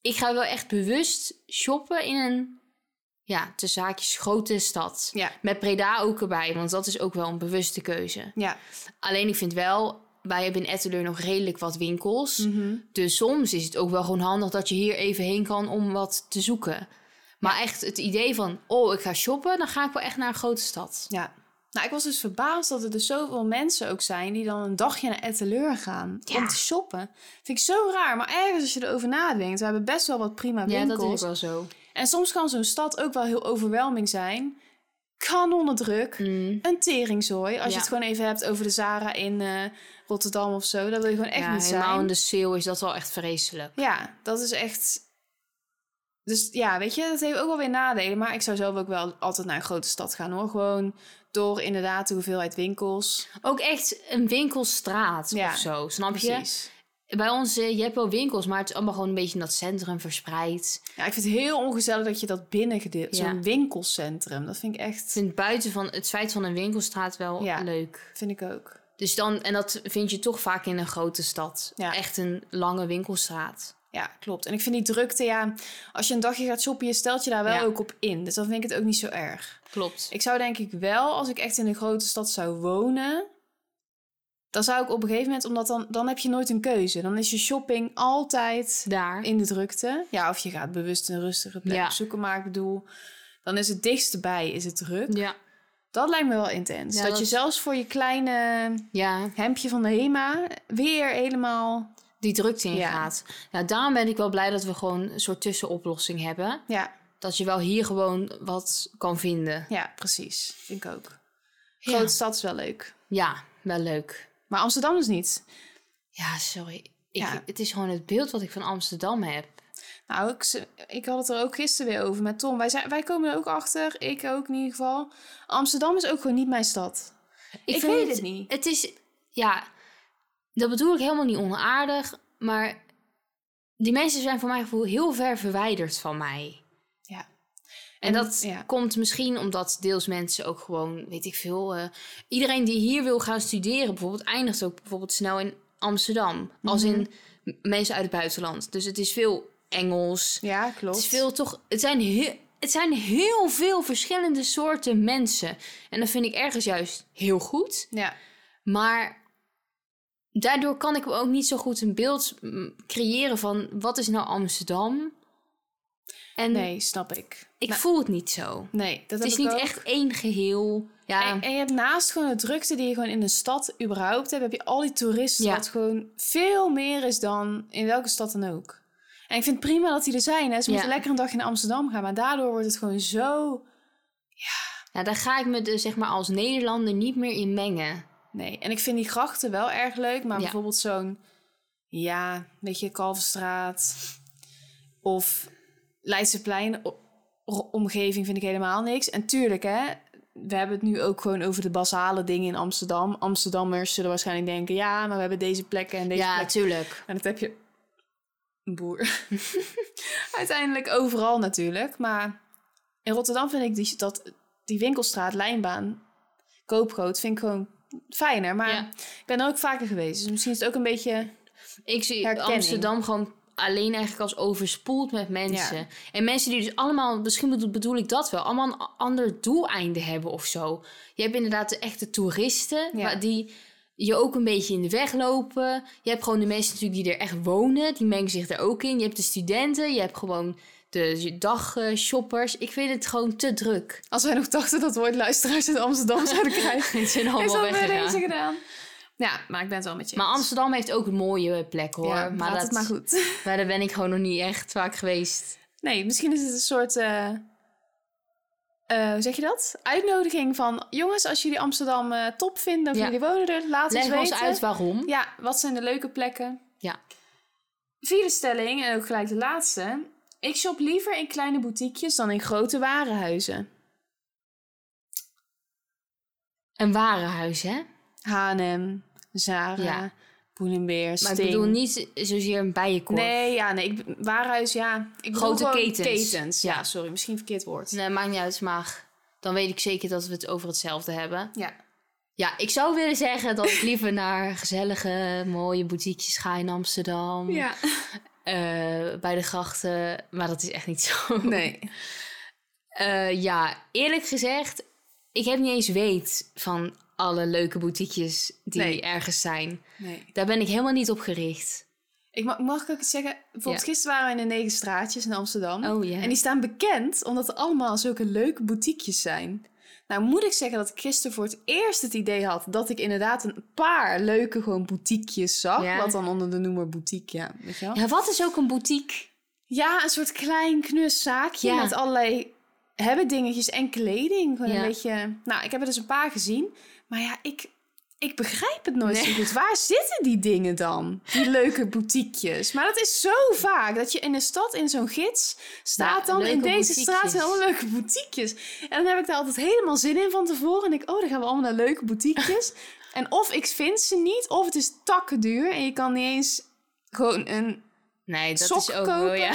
A: ik ga wel echt bewust shoppen in een, ja, te zaakjes grote stad.
B: Ja.
A: Met Preda ook erbij, want dat is ook wel een bewuste keuze.
B: Ja.
A: Alleen ik vind wel, wij hebben in Etteleur nog redelijk wat winkels.
B: Mm. Mhm.
A: Dus soms is het ook wel gewoon handig dat je hier even heen kan om wat te zoeken. Maar echt het idee van, oh, ik ga shoppen, dan ga ik wel echt naar een grote stad.
B: ja. Nou, ik was dus verbaasd dat er dus zoveel mensen ook zijn... die dan een dagje naar Etteleur gaan om te shoppen. Vind ik zo raar. Maar ergens als je erover nadenkt... we hebben best wel wat prima
A: Ja,
B: winkels.
A: dat is ook wel zo.
B: En soms kan zo'n stad ook wel heel overwhelming zijn. Kanonnendruk.
A: Mm.
B: Een teringzooi. Als je
A: Ja.
B: het gewoon even hebt over de Zara in eh, Rotterdam of zo. Dat wil je gewoon echt
A: ja,
B: niet
A: helemaal
B: zijn.
A: in de sale is dat wel echt vreselijk.
B: Ja, dat is echt... Dus ja, weet je, dat heeft ook wel weer nadelen. Maar ik zou zelf ook wel altijd naar een grote stad gaan hoor. Gewoon door inderdaad de hoeveelheid winkels.
A: Ook echt een winkelstraat
B: Ja,
A: of zo, snap je?
B: Precies.
A: bij ons, eh, je hebt wel winkels, maar het is allemaal gewoon een beetje in dat centrum verspreid.
B: Ja, ik vind het heel ongezellig dat je dat binnengedeelte...
A: Ja.
B: Zo'n winkelcentrum, dat vind ik
A: Ik
B: echt...
A: vind buiten van het feit van een winkelstraat wel
B: Ja.
A: leuk.
B: Vind ik ook.
A: Dus dan, en dat vind je toch vaak in een grote stad.
B: Ja.
A: Echt een lange winkelstraat.
B: Ja, klopt. En ik vind die drukte, ja... Als je een dagje gaat shoppen, je stelt je daar wel
A: Ja.
B: ook op in. Dus dan vind ik het ook niet zo erg.
A: Klopt.
B: Ik zou denk ik wel, als ik echt in een grote stad zou wonen... Dan zou ik op een gegeven moment... Omdat dan, dan heb je nooit een keuze. Dan is je shopping altijd
A: Daar.
B: in de drukte. Ja, of je gaat bewust een rustige plek
A: Ja.
B: zoeken. Maar ik bedoel, dan is het dichtst bij is het druk.
A: Ja.
B: Dat lijkt me wel intens.
A: Ja,
B: dat,
A: dat
B: je
A: is-
B: zelfs voor je kleine
A: ja,
B: hemdje van de HEMA weer helemaal...
A: die drukte
B: Ja.
A: ingaat. Nou, daarom ben ik wel blij dat we gewoon een soort tussenoplossing hebben.
B: Ja,
A: Dat je wel hier gewoon wat kan vinden.
B: ja precies. Vind ik ook.
A: Ja.
B: Grote stad is wel leuk.
A: Ja, wel leuk.
B: Maar Amsterdam is niet.
A: Ja, sorry. Ik,
B: Ja.
A: Het is gewoon het beeld wat ik van Amsterdam heb.
B: Nou, ik, z- ik had het er ook gisteren weer over met Tom. Wij, zijn, wij komen er ook achter. Ik ook in ieder geval. Amsterdam is ook gewoon niet mijn stad. Ik
A: vind
B: weet het niet.
A: Het is, ja, dat bedoel ik helemaal niet onaardig, maar die mensen zijn voor mijn gevoel heel ver verwijderd van mij.
B: Ja.
A: En, dat
B: ja.
A: komt misschien omdat deels mensen ook gewoon, weet ik veel, eh, iedereen die hier wil gaan studeren bijvoorbeeld, eindigt ook bijvoorbeeld snel in Amsterdam. Als
B: Mhm.
A: in m- mensen uit het buitenland. Dus het is veel Engels.
B: Ja, klopt.
A: Het, is veel toch, het, zijn he- het zijn heel veel verschillende soorten mensen. En dat vind ik ergens juist heel goed.
B: Ja.
A: Maar daardoor kan ik me ook niet zo goed een beeld mm, creëren van wat is nou Amsterdam. En
B: Nee, snap ik.
A: Mm. ik
B: Nou,
A: voel het niet zo.
B: nee, dat
A: Het is
B: heb ik
A: niet
B: ook.
A: echt één geheel. Ja,
B: En, en je hebt naast gewoon de drukte die je gewoon in een stad überhaupt hebt, heb je al die toeristen,
A: Ja.
B: wat gewoon veel meer is dan in welke stad dan ook. En ik vind het prima dat die er zijn. Hè. Ze
A: Ja.
B: moeten lekker een dag in Amsterdam gaan, maar daardoor wordt het gewoon zo...
A: ja, daar ga ik me dus zeg maar als Nederlander niet meer in mengen.
B: Nee, en ik vind die grachten wel erg leuk, maar
A: Ja.
B: bijvoorbeeld zo'n... Ja, weet je, Kalverstraat of Leidseplein o- ro- omgeving vind ik helemaal niks. En tuurlijk, hè, we hebben het nu ook gewoon over de basale dingen in Amsterdam. Amsterdammers zullen waarschijnlijk denken... Ja, maar we hebben deze plekken en deze
A: ja,
B: plekken.
A: tuurlijk.
B: En dat heb je. Boer. Uiteindelijk overal natuurlijk. Maar in Rotterdam vind ik die, dat, die winkelstraat, lijnbaan, koopgroot, vind ik gewoon fijner. Maar
A: Ja.
B: ik ben er ook vaker geweest. Dus misschien is het ook een beetje.
A: Ik zie
B: Herkenning.
A: Amsterdam gewoon alleen eigenlijk als overspoeld met mensen.
B: Ja.
A: En mensen die dus allemaal, misschien bedoel, bedoel ik dat wel, allemaal een a- ander doeleinde hebben of zo. Je hebt inderdaad de echte toeristen,
B: Ja.
A: waar- die je ook een beetje in de weg lopen. Je hebt gewoon de mensen natuurlijk die er echt wonen, die mengen zich er ook in. Je hebt de studenten, je hebt gewoon de dagshoppers. Ik vind het gewoon te druk.
B: Als wij nog dachten dat we ooit luisteraars uit Amsterdam zouden krijgen.
A: Het zijn
B: is
A: allemaal
B: dat bij
A: weggegaan.
B: deze gedaan. Ja, maar ik ben het wel met je.
A: Maar
B: eens.
A: Amsterdam heeft ook een mooie plek hoor.
B: Ja,
A: maar,
B: maar
A: dat,
B: het maar goed.
A: maar daar ben ik gewoon nog niet echt vaak geweest.
B: Nee, misschien is het een soort. eh, eh, hoe zeg je dat? Uitnodiging van jongens, als jullie Amsterdam eh, top vinden of
A: Ja.
B: jullie wonen er, laat
A: Leg
B: ons
A: ons
B: weten.
A: uit waarom.
B: Ja, wat zijn de leuke plekken?
A: Ja.
B: Vierde stelling, en ook gelijk de laatste. Ik shop liever in kleine boutiquejes dan in grote warenhuizen.
A: Een warenhuis, hè?
B: H&M, Zara,
A: Ja.
B: ja. Boelenbeer, Sting.
A: Maar ik bedoel niet zozeer een bijenkorf.
B: Nee, ja, nee. Ik, warenhuis, ja. Ik bedoel
A: Grote
B: gewoon
A: ketens.
B: Ja.
A: Ja.
B: sorry. Misschien verkeerd woord.
A: Nee, Dus, eh, maakt niet uit, maar dan weet ik zeker dat we het over hetzelfde hebben.
B: Ja.
A: Ja, ik zou willen zeggen dat ik liever naar gezellige, mooie boutiquejes ga in Amsterdam.
B: Ja.
A: Eh, bij de grachten, maar dat is echt niet zo.
B: Nee.
A: Eh, ja, eerlijk gezegd, ik heb niet eens weet van alle leuke boutiquejes die
B: Nee.
A: ergens zijn.
B: nee.
A: Daar ben ik helemaal niet op gericht.
B: Ik mag, mag ik ook iets zeggen? Bijvoorbeeld
A: Ja.
B: gisteren waren we in de negen straatjes in Amsterdam.
A: Oh, ja.
B: En die staan bekend omdat er allemaal zulke leuke boutiquejes zijn. Nou moet ik zeggen dat ik gisteren voor het eerst het idee had... dat ik inderdaad een paar leuke gewoon boutiquejes zag.
A: Ja.
B: Wat dan onder de noemer boutique, ja. Weet je wel? Ja.
A: Ja, wat is ook een boutique?
B: een soort klein knus zaakje
A: Ja.
B: met allerlei hebben dingetjes en kleding. Gewoon
A: Ja.
B: een beetje... Nou, ik heb er dus een paar gezien. Maar ja, ik... Ik begrijp het nooit
A: Nee.
B: zo goed. Waar zitten die dingen dan? Die leuke boutiquejes. Maar dat is zo vaak. Dat je in een stad in zo'n gids staat
A: Ja,
B: dan in
A: leuke
B: deze straat zijn
A: boutiquejes.
B: allemaal leuke boutiquejes. En dan heb ik daar altijd helemaal zin in van tevoren. En ik, oh, dan gaan we allemaal naar leuke boutiquejes. en of ik vind ze niet, of het is takken duur. En je kan niet eens Gewoon een...
A: Nee, dat
B: Sok
A: is ook wel,
B: kopen?
A: ja.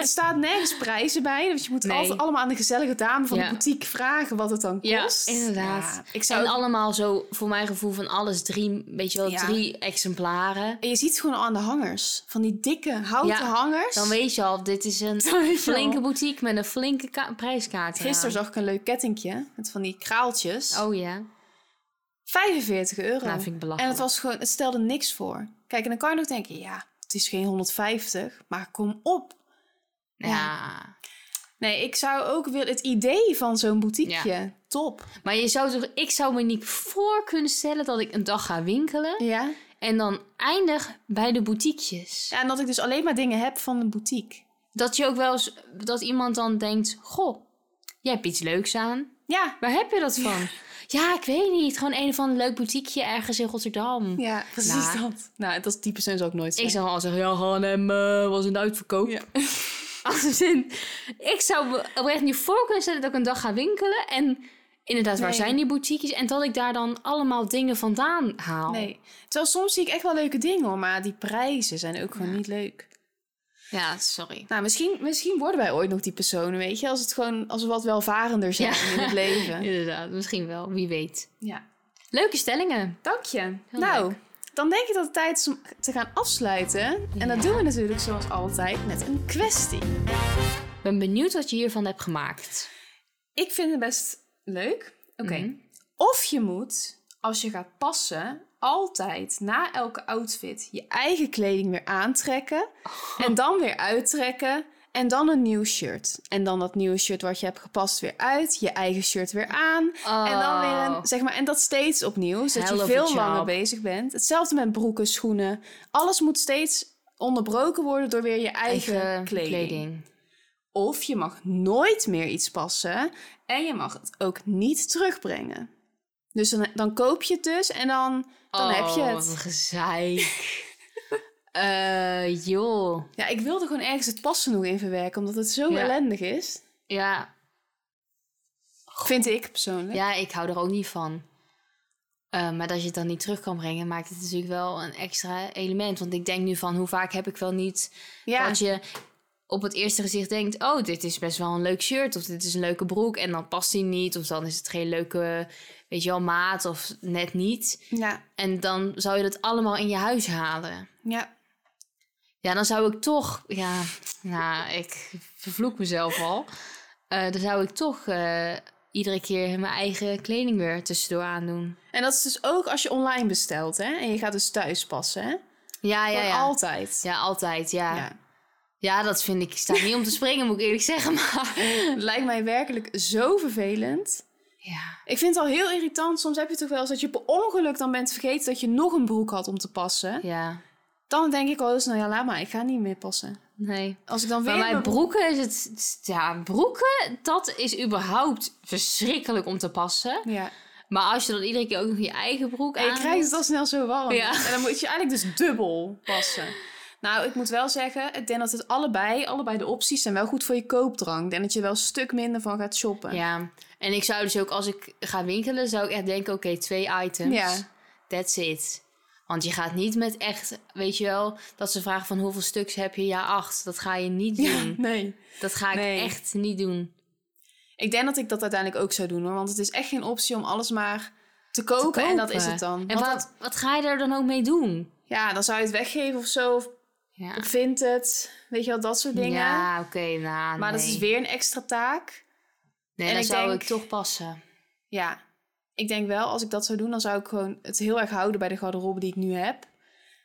B: Er staat nergens prijzen bij. Dus je moet
A: Nee.
B: altijd allemaal aan de gezellige dame van
A: Ja.
B: de boutique vragen wat het dan
A: Ja,
B: kost.
A: inderdaad.
B: Ja, ik zou
A: En
B: ook-
A: allemaal zo, voor mijn gevoel, van alles drie, weet je wel,
B: Ja.
A: drie exemplaren.
B: En je ziet het gewoon al aan de hangers. Van die dikke houten
A: Ja,
B: hangers.
A: Dan weet je al, dit is een
B: Dan weet je al.
A: flinke boutique met een flinke ka- prijskaart. eraan.
B: Gisteren zag ik een leuk kettingje met van die kraaltjes.
A: Oh ja,
B: 45 euro.
A: nou vind ik
B: en
A: belachelijk.
B: het, was gewoon, het stelde niks voor. Kijk, en dan kan je nog denken, ja, het is geen 150, maar kom op.
A: ja.
B: Nee, ik zou ook willen het idee van zo'n boutiqueje. Top.
A: Maar je zou toch, ik zou me niet voor kunnen stellen dat ik een dag ga winkelen
B: Ja?
A: en dan eindig bij de boutiquejes.
B: ja. En dat ik dus alleen maar dingen heb van een boutique.
A: Dat je ook wel eens, dat iemand dan denkt, goh, jij hebt iets leuks aan.
B: Ja.
A: Waar heb je dat van? Ja, ik weet niet. Gewoon een of ander leuk boutiqueje ergens in Rotterdam.
B: Ja, precies
A: Nou.
B: dat. Nou, dat is die persoon zou ik nooit
A: Ik
B: zeggen.
A: zou al zeggen, ja, H&M eh, was een uitverkoop.
B: Ja.
A: Als in, ik zou me oprecht niet voor kunnen stellen dat ik een dag ga winkelen. En inderdaad, waar
B: Nee.
A: zijn die boutiques? En dat ik daar dan allemaal dingen vandaan haal.
B: Nee. Terwijl soms zie ik echt wel leuke dingen hoor, maar die prijzen zijn ook gewoon niet leuk.
A: Ja, sorry.
B: Nou, misschien, misschien worden wij ooit nog die personen, weet je? Als, het gewoon, als we wat welvarender zijn
A: Ja.
B: in het leven.
A: Eh, Inderdaad, misschien wel. Wie weet.
B: Ja.
A: Leuke stellingen.
B: Dank je.
A: Heel
B: nou,
A: leuk.
B: dan denk ik dat het tijd is om te gaan afsluiten. En
A: Ja.
B: dat doen we natuurlijk zoals altijd met een kwestie.
A: Ik ben benieuwd wat je hiervan hebt gemaakt.
B: Ik vind het best leuk. Oké.
A: Mhm.
B: Of je moet, als je gaat passen, altijd na elke outfit je eigen kleding weer aantrekken.
A: Oh.
B: En dan weer uittrekken. En dan een nieuw shirt. En dan dat nieuwe shirt wat je hebt gepast weer uit. Je eigen shirt weer aan. En dan
A: Oh,
B: weer een, zeg maar, en dat steeds opnieuw. Zodat
A: Hell
B: je
A: of a
B: veel
A: job.
B: langer bezig bent. Hetzelfde met broeken, schoenen. Alles moet steeds onderbroken worden door weer je eigen, kleding. Of je mag nooit meer iets passen en je mag het ook niet terugbrengen. Dus dan, dan koop je het dus en dan, dan
A: Oh,
B: heb je
A: wat een
B: het.
A: gezeik. Eh, joh.
B: Ja, ik wilde gewoon ergens het passen nog in verwerken, omdat het zo
A: Ja.
B: ellendig is.
A: Ja,
B: Vind ik persoonlijk.
A: Ja, ik hou er ook niet van. Eh, maar dat je het dan niet terug kan brengen, maakt het natuurlijk wel een extra element. Want ik denk nu van, hoe vaak heb ik wel niet
B: Ja,
A: dat je op het eerste gezicht denkt... oh, dit is best wel een leuk shirt of dit is een leuke broek... en dan past die niet of dan is het geen leuke, weet je wel, maat of net niet.
B: ja,
A: En dan zou je dat allemaal in je huis halen.
B: ja.
A: Ja, dan zou ik toch... Ja, nou, ik vervloek mezelf al. Eh, dan zou ik toch eh, iedere keer mijn eigen kleding weer tussendoor aandoen.
B: En dat is dus ook als je online bestelt, hè? En je gaat dus thuis passen, hè?
A: Ja, ja,
B: Gewoon
A: ja.
B: altijd.
A: ja, altijd, ja. ja.
B: Ja.
A: dat vind ik... Ik sta niet om te springen, moet ik eerlijk zeggen, maar...
B: Het lijkt mij werkelijk zo vervelend.
A: Ja.
B: Ik vind het al heel irritant. Soms heb je toch wel eens dat je per ongeluk dan bent vergeten dat je nog een broek had om te passen.
A: Ja.
B: Dan denk ik al heel snel, ja laat maar, ik ga niet meer passen.
A: Nee.
B: Als ik dan weer...
A: Maar mijn
B: mijn
A: broeken is het... het- Ja, broeken, dat is überhaupt verschrikkelijk om te passen.
B: Ja.
A: Maar als je dan iedere keer ook nog je eigen broek
B: En je
A: aan
B: krijgt
A: doet-
B: het al snel zo warm.
A: Ja.
B: En dan moet je eigenlijk dus dubbel passen. Nou, ik moet wel zeggen, ik denk dat het allebei, allebei de opties zijn wel goed voor je koopdrang. Ik denk dat je er wel een stuk minder van gaat shoppen.
A: Ja. En ik zou dus ook, als ik ga winkelen, zou ik echt denken... Oké, twee items.
B: Ja.
A: That's it. Want je gaat niet met echt, weet je wel, dat ze vragen van hoeveel stuks heb je? Ja, acht. Dat ga je niet
B: Ja,
A: doen.
B: nee.
A: Dat ga ik
B: Nee.
A: echt niet doen.
B: Ik denk dat ik dat uiteindelijk ook zou doen hoor. Want het is echt geen optie om alles maar te kopen. En dat
A: kopen.
B: is het dan.
A: En
B: Want
A: wat,
B: dat-
A: wat ga je er dan ook mee doen?
B: ja, dan zou je het weggeven of zo. Of
A: Ja,
B: op Vinted. Weet je wel, dat soort dingen.
A: ja oké, nou,
B: maar dat
A: nee.
B: is weer een extra taak.
A: Nee,
B: en
A: dan
B: ik
A: zou
B: denk-
A: ik toch passen.
B: Ja, ik denk wel, als ik dat zou doen, dan zou ik gewoon het heel erg houden bij de garderobe die ik nu heb.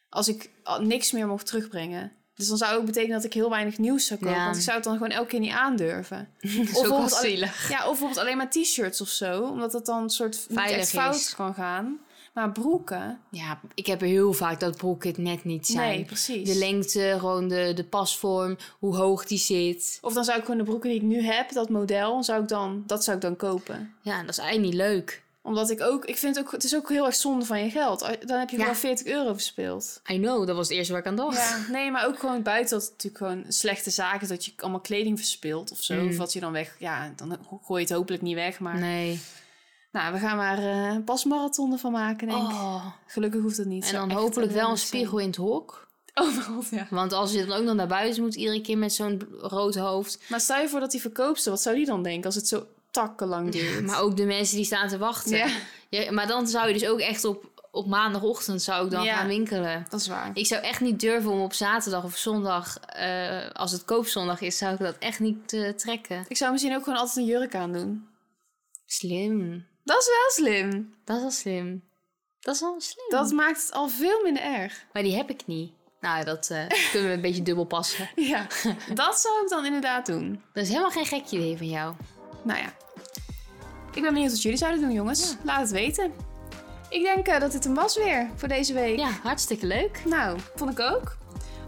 B: Als ik al- niks meer mocht terugbrengen. Dus dan zou ook betekenen dat ik heel weinig nieuws zou kopen.
A: Ja.
B: Want ik zou het dan gewoon elke keer niet aandurven.
A: Of
B: bijvoorbeeld alleen- Ja, of bijvoorbeeld alleen maar t-shirts of zo. Omdat dat dan een soort niet
A: Veilig
B: echt fout
A: is.
B: kan gaan. Maar broeken?
A: Ja, ik heb heel vaak dat broeken het net niet zijn.
B: Nee, precies.
A: de lengte, gewoon de, de pasvorm, hoe hoog die zit.
B: Of dan zou ik gewoon de broeken die ik nu heb, dat model, zou ik dan, dat zou ik dan kopen.
A: Ja, dat is eigenlijk niet leuk.
B: Omdat ik ook, ik vind het ook, het is ook heel erg zonde van je geld. Dan heb je
A: Ja.
B: gewoon 40 euro verspeeld.
A: I know, dat was het eerste waar ik aan dacht.
B: Ja, nee, maar ook gewoon buiten dat het natuurlijk gewoon een slechte zaak is dat je allemaal kleding verspilt of zo.
A: Mm.
B: Of wat je dan weg, ja, dan gooi je het hopelijk niet weg, maar
A: Nee.
B: Nou, we gaan maar eh pasmarathonnen van maken, denk ik.
A: Oh.
B: Gelukkig hoeft dat niet.
A: En
B: Zou
A: dan
B: echt
A: hopelijk wel een
B: ellendig zijn.
A: spiegel in het hok.
B: Oh mijn god, ja.
A: Want als je dan ook nog naar buiten moet, iedere keer met zo'n b- rood hoofd.
B: Maar stel je voor dat die verkoopster, wat zou die dan denken als het zo takkenlang duurt?
A: Maar ook de mensen die staan te wachten.
B: ja,
A: Ja, maar dan zou je dus ook echt op, op maandagochtend zou ik dan
B: Ja.
A: gaan winkelen.
B: dat is waar.
A: Ik zou echt niet durven om op zaterdag of zondag, eh, als het koopzondag is, zou ik dat echt niet eh, trekken.
B: Ik zou misschien ook gewoon altijd een jurk aandoen.
A: Slim.
B: Dat is wel slim.
A: Dat is wel slim. Dat is wel slim.
B: Dat maakt het al veel minder erg.
A: Maar die heb ik niet. Nou, dat eh, kunnen we een beetje dubbel passen.
B: Ja, dat zou ik dan inderdaad doen.
A: Dat is helemaal geen gek idee van jou.
B: Nou ja. Ik ben benieuwd wat jullie zouden doen, jongens. Laat het weten. Ik denk eh, dat dit hem was weer voor deze week.
A: Ja, hartstikke leuk.
B: Nou, vond ik ook.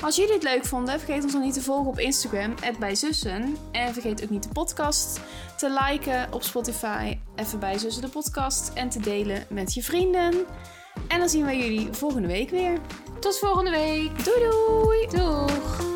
B: Als jullie het leuk vonden, vergeet ons dan niet te volgen op Instagram, @bijzussen. En vergeet ook niet de podcast te liken op Spotify, even bij Zussen de podcast. En te delen met je vrienden. En dan zien we jullie volgende week weer.
A: Tot volgende week.
B: Doei doei!
A: Doeg.